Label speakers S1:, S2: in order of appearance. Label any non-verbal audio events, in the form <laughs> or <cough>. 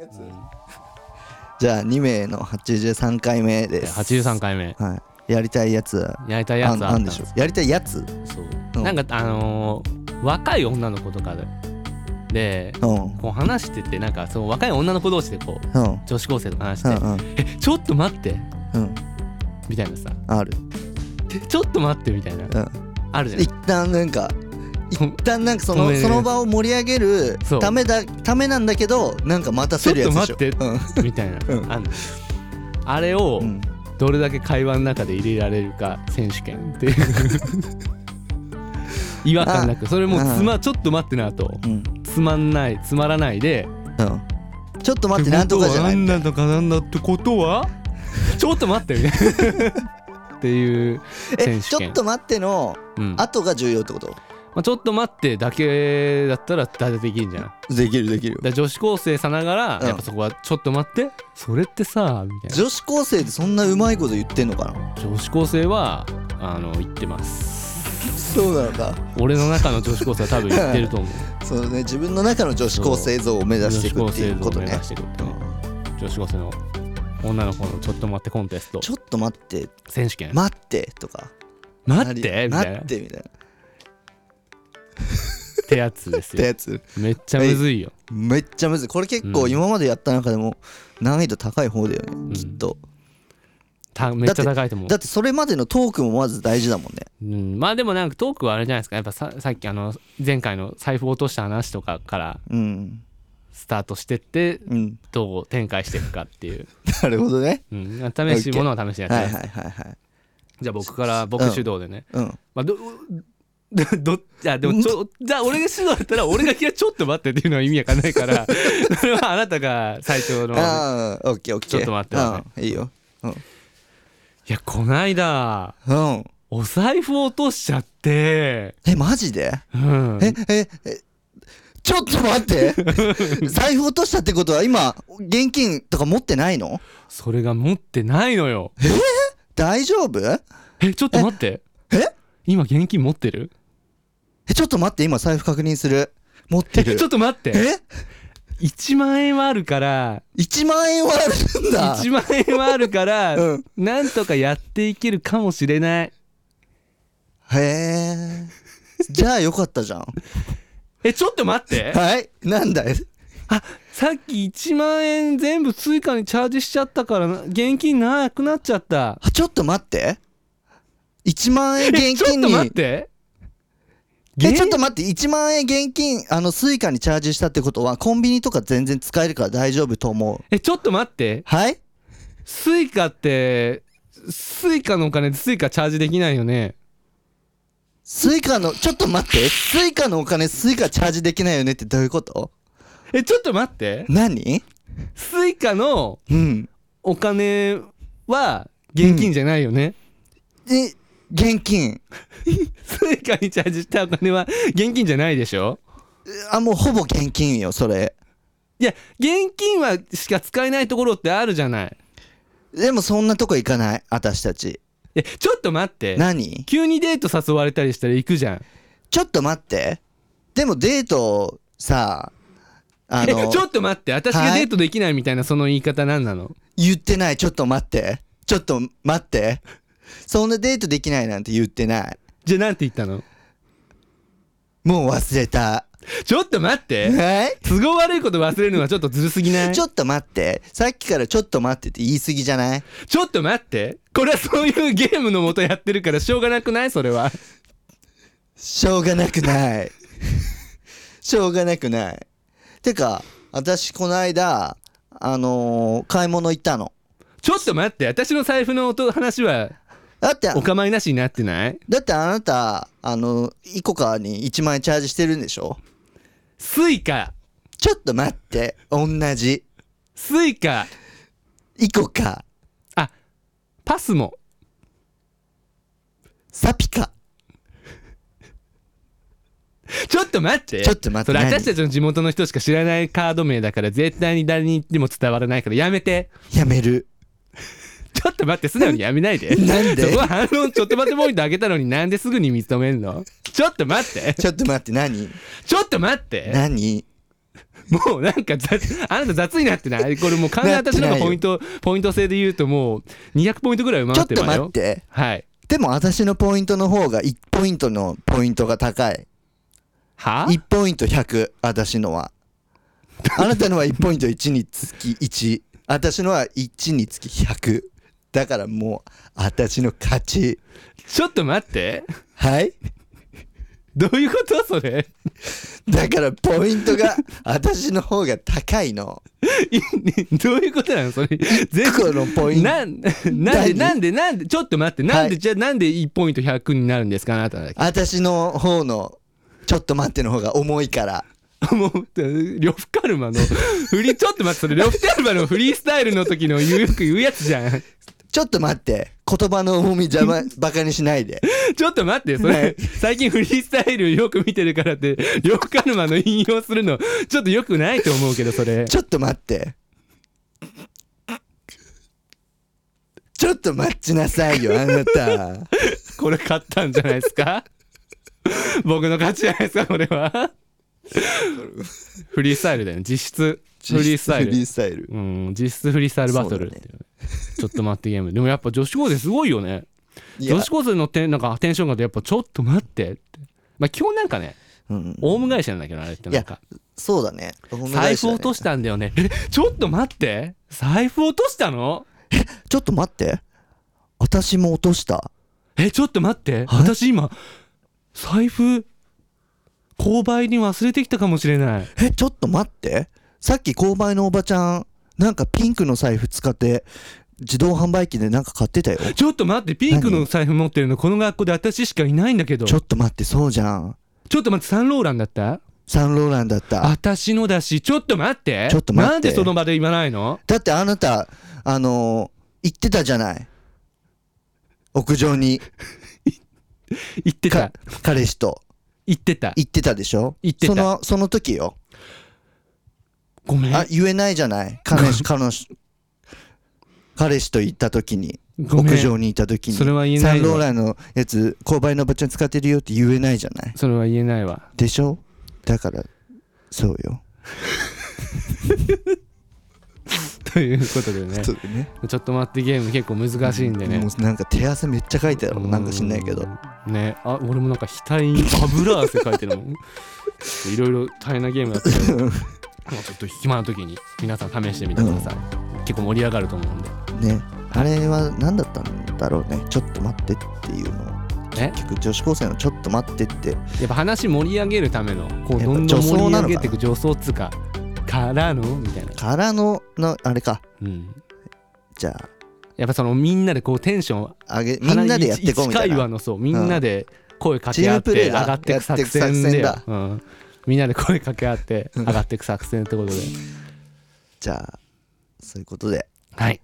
S1: やつ、
S2: じゃあ2名の83回目です
S3: 83回目
S2: はい、やりたいやつは
S3: やりたいやつあった
S2: あんでしょうやりたいやつ
S3: そう、
S2: うん
S3: なんかあのー若い女の子とかでで
S2: うんうん
S3: こう話しててなんかその若い女の子同士でこう
S2: うん
S3: 女子高生とか話して、
S2: うん
S3: えちょっと待って
S2: うん
S3: みたいなさ
S2: ある
S3: えちょっと待ってみたいな
S2: うん
S3: あるじゃない
S2: 一旦なんか
S3: と
S2: 一旦なんかそ
S3: ご
S2: の
S3: めんね
S2: その場を盛り上げる
S3: そう
S2: ためだためなんだけどなんか待たせるやつでしょ
S3: ちょっと
S2: 待
S3: みたいな、
S2: うん
S3: あんのあれを
S2: うん、うん、
S3: どれだけ会話の中で入れられるか選手権
S2: <laughs>
S3: っていう違和感なくそれもうつまちょっと待ってなと
S2: うん
S3: つまんないつまらないで
S2: うんちょっと待ってなんとかじゃな
S3: っ
S2: い
S3: てことはなんだとかなんだってこ
S2: <laughs>
S3: とはちょっと待ってみたいなっていう
S2: え
S3: 選
S2: ち
S3: 手権
S2: ょっと待っての
S3: うんま
S2: 後が重要ってこと
S3: あ、ちょっと待ってだけだったら誰できるんじゃんだか
S2: できるできる
S3: ら女子高生さながら
S2: うん
S3: やっぱそこはちょっと待ってそれってさみたい
S2: 女子高生ってそんなうまいこと言ってんのかな
S3: な女子高生はあの言ってます
S2: そうなのか
S3: 俺の中の女子高生は多分言ってると思う
S2: そうね自分の中の女子高生像を <laughs> 目
S3: 女
S2: 指してい
S3: 子
S2: く
S3: 高
S2: ってい
S3: 生
S2: う
S3: 像
S2: こ
S3: を
S2: と
S3: 目
S2: ね
S3: 指していくってね女子高生の女の子のちょっと待ってコンテスト
S2: ちょっと待って
S3: 選手権
S2: 待ってとか
S3: 待ってみたいな
S2: 待
S3: っ
S2: ってみたいな
S3: てやつです
S2: って
S3: よ
S2: やつ
S3: めっちゃむずいよ
S2: めっちゃむずいこれ結
S3: う
S2: 構
S3: ん
S2: 今までやった中でも難易度高い方だよね、
S3: ん
S2: きっと
S3: ためっちゃ高いと思う
S2: だってそれまでのトークもまず大事だもんね
S3: うん、まあでもなんかトークはあれじゃないですかやっぱささっきあの前回の財布落とした話とかから
S2: うん
S3: スタートしてって
S2: うん <laughs>
S3: どう展開していくかっていう、
S2: なるほどね
S3: うん、試し
S2: OK
S3: ものは試しやつ、
S2: はいはいはいはい
S3: じゃあ僕から僕主導でね、
S2: うん
S3: まあどどどじゃあでもちょじゃあ俺が主導だったら俺がいやちょっと待ってっていうのは意味わかんないから
S2: <laughs>
S3: それはあなたが最初のい
S2: ああオッケーオッケー
S3: ちょっと待ってね
S2: うんいいようん
S3: やこないだ
S2: うん
S3: お財布落としちゃって
S2: えマジで
S3: うん
S2: えええちょっと待って
S3: <laughs>
S2: 財布落としたってことは今現金とか持ってないの
S3: それが持ってないのよ
S2: 大丈夫
S3: えちょっと待って
S2: え
S3: 今現金持ってる
S2: えちょっと待って今財布確認する持って
S3: え
S2: る
S3: <laughs> ちょっと待って
S2: え
S3: 1万円はあるから
S2: 1万円はあるんだ
S3: 1万円はあるから、
S2: うん
S3: なんとかやっていけるかもしれない
S2: へえじゃあよかったじゃん
S3: えちょっと待って
S2: はいなんだい
S3: あさっき1万円全部追加にチャージしちゃったからな現金なくなっちゃった
S2: あちょっと待って1万円
S3: え
S2: 現
S3: ちょ
S2: 金
S3: っ
S2: に
S3: と待って
S2: えちょっ
S3: 現
S2: と待って1万円現金あのスイカにチャージしたってことはコンビニとか全然使えるから大丈夫と思う
S3: えちょっと待って
S2: はい
S3: スイカってスイカのお金でスイカチャージできないよね
S2: スイカのちょっと待ってスイカのお金スイカチャージできないよねってどういうこと
S3: えちょっと待って
S2: 何
S3: スイカの
S2: うん
S3: お金は現金じゃないよね、
S2: え現金
S3: スイカにチャージしたお金は現金じゃないでしょ
S2: あもうほぼ現金よそれ
S3: いや現金はしか使えないところってあるじゃない
S2: でもそんなとこ行かない私たち
S3: えちょっと待って
S2: 何
S3: 急にデート誘われたりしたら行くじゃん
S2: ちょっと待ってでもデートさあ
S3: え
S2: の
S3: ちょっと待って私が
S2: はい
S3: デートできないみたいなその言い方何なの
S2: 言ってないちょっと待ってちょっと待ってそんなデートできないなんて言ってない
S3: じゃあなんて言ったの
S2: もう忘れた
S3: ちょっと待って
S2: はい
S3: 都合悪いこと忘れるのはちょっとずるすぎない
S2: ち
S3: ちょ
S2: ょっと待ってさっきからちょっと待ってって言い過ぎじゃない
S3: っと待ってこれはそういうゲームのもとやってるからしょうがなくないそれは
S2: しょうがなくないしょうがなくないてか私この間あのー買い物行ったの
S3: ちょっと待って私の財布の音話は
S2: だって
S3: お構いなしになってない
S2: だってあなたあのイコカに1万円チャージしてるんでしょ
S3: スイカ
S2: ちょっと待って同じ
S3: スイカ
S2: イコカ
S3: あパスも
S2: サピカ
S3: ちょっと待って
S2: ちょっと待って
S3: それ
S2: 何
S3: 私たちの地元の人しか知らないカード名だから絶対に誰にでも伝わらないからやめて
S2: やめる
S3: ちょっと待って素直にやめないで
S2: <laughs> なんで
S3: そこは反論ちょっと待ってポイントあげたのになんですぐに認めんのちょっと待って
S2: ちょっと待って何
S3: ちょっと待って
S2: 何
S3: もうなんか雑あなた雑になってないこれもう完全に私の
S2: なってない
S3: 方が
S2: よ
S3: ポイントポイント制で言うともう200ポイントぐらい上
S2: ちょ
S3: 回
S2: っ
S3: って
S2: と
S3: ま
S2: 待っ
S3: よ
S2: て
S3: はい
S2: でも私のポイントの方が1ポイントのポイントが高い
S3: は
S2: 1ポイント100私のはあなたのは1ポイント1につき1私のは1につき100だからもう私の勝ち
S3: ちょっと待って
S2: はい
S3: どういうことそれ
S2: だからポイントが私の方が高いの
S3: い <laughs> どういうことなのそれ全
S2: このポイント
S3: なんなん
S2: 何
S3: でなんでなんでちょっと待ってなんで、
S2: はい
S3: じゃあなんで1ポイント100になるんですかあなただけ
S2: 私の方のちょっと待っての方が重いから
S3: もう呂布カルマのフリーちょっと待ってそれ呂布カルマのフリースタイルの時の言うよく言うやつじゃん
S2: ちょっと待って言葉の重み邪魔バカにしないで
S3: ちょっと待ってそれ、
S2: はい
S3: 最近フリースタイルよく見てるからって呂布カルマの引用するのちょっとよくないと思うけどそれ
S2: ちょっと待ってちょっと待ちなさいよあなた
S3: これ勝ったんじゃないで
S2: <laughs>
S3: すか僕の勝ちじゃないですかこれはフリースタイルだよね実質フリースタイ
S2: フリ
S3: ル
S2: ースタイル
S3: うん実質フリースタイルバトルっていうねちょっと待ってゲームでもやっぱ女子高生すごいよね
S2: いや
S3: 女子高生のテンなんかテンションがやっぱちょっと待ってってまあ基本なんかね
S2: うん
S3: オウム返しなんだけどあれってなんか
S2: そうだね
S3: 財布落と
S2: し
S3: したんだよねえちょっと待って財布落としたの
S2: ちょっと待って私も落とした
S3: えちょっと待って私今財布購買に忘れてきたかもしれない
S2: えちょっと待ってさっき購買のおばちゃんなんかピンクの財布使って自動販売機でなんか買ってたよ
S3: ちょっと待ってピンクの財布持ってるのこの学校で私しかいないんだけど
S2: ち
S3: ち
S2: ょ
S3: ょ
S2: っと待ってそうじゃん
S3: っと待ってサンローランだった
S2: サンローランだった
S3: 私のだしちょっと待って
S2: ちょっと待って
S3: なんでその場で言わないの
S2: だってあなたあのー、行ってたじゃない屋上に
S3: 言って
S2: か
S3: た
S2: 彼氏と
S3: 言ってた
S2: 行ってたでしょ
S3: 行ってた
S2: そのその時よ
S3: ごめん
S2: あ言えないじゃない彼氏彼氏彼氏と行った時に
S3: ごめ
S2: 屋
S3: ん
S2: 上にいた時に
S3: それは言え
S2: サ
S3: な
S2: ン
S3: い
S2: ロー
S3: わ
S2: ランのやつ購買のおばちゃん使ってるよって言えないじゃない
S3: それは言えないわ
S2: でしょだからそうよ
S3: というこ
S2: <laughs>
S3: とでね
S2: そうだね
S3: ちょっと待ってゲーム結構難しいんでね
S2: もうなんか手汗めっちゃかいてたもんなんか知んないけど
S3: うんねあ俺もなんか額に油汗かいてるもん <laughs> いろいろ大変なゲームだったけど
S2: <laughs>
S3: もうちょっと暇な時に皆さん試してみてください、結構盛り上がると思うんで
S2: ねあれは何だったんだろうねちょっと待ってっていうの
S3: え
S2: 結局女子高生のちょっと待ってって
S3: やっぱ話盛り上げるためのこ
S2: やっ
S3: う
S2: ぱ
S3: どんど
S2: 助
S3: ん
S2: 走
S3: 盛り
S2: な
S3: 上
S2: のかな
S3: げていく助走っつうかからのみたいな、
S2: からののあれか
S3: うん、
S2: じゃ
S3: やっぱそのみんなでこうテンション
S2: あ上げみんなでやってこうみたい
S3: 一回
S2: な
S3: はのそうみんなで声かけ合
S2: チーム
S3: っ
S2: プレ
S3: て
S2: ー
S3: 上
S2: だ
S3: がっていく作戦で
S2: やってく作
S3: うん、みんなで声かけ合って上がっていく作戦ってことで
S2: じゃあそういうことで
S3: はい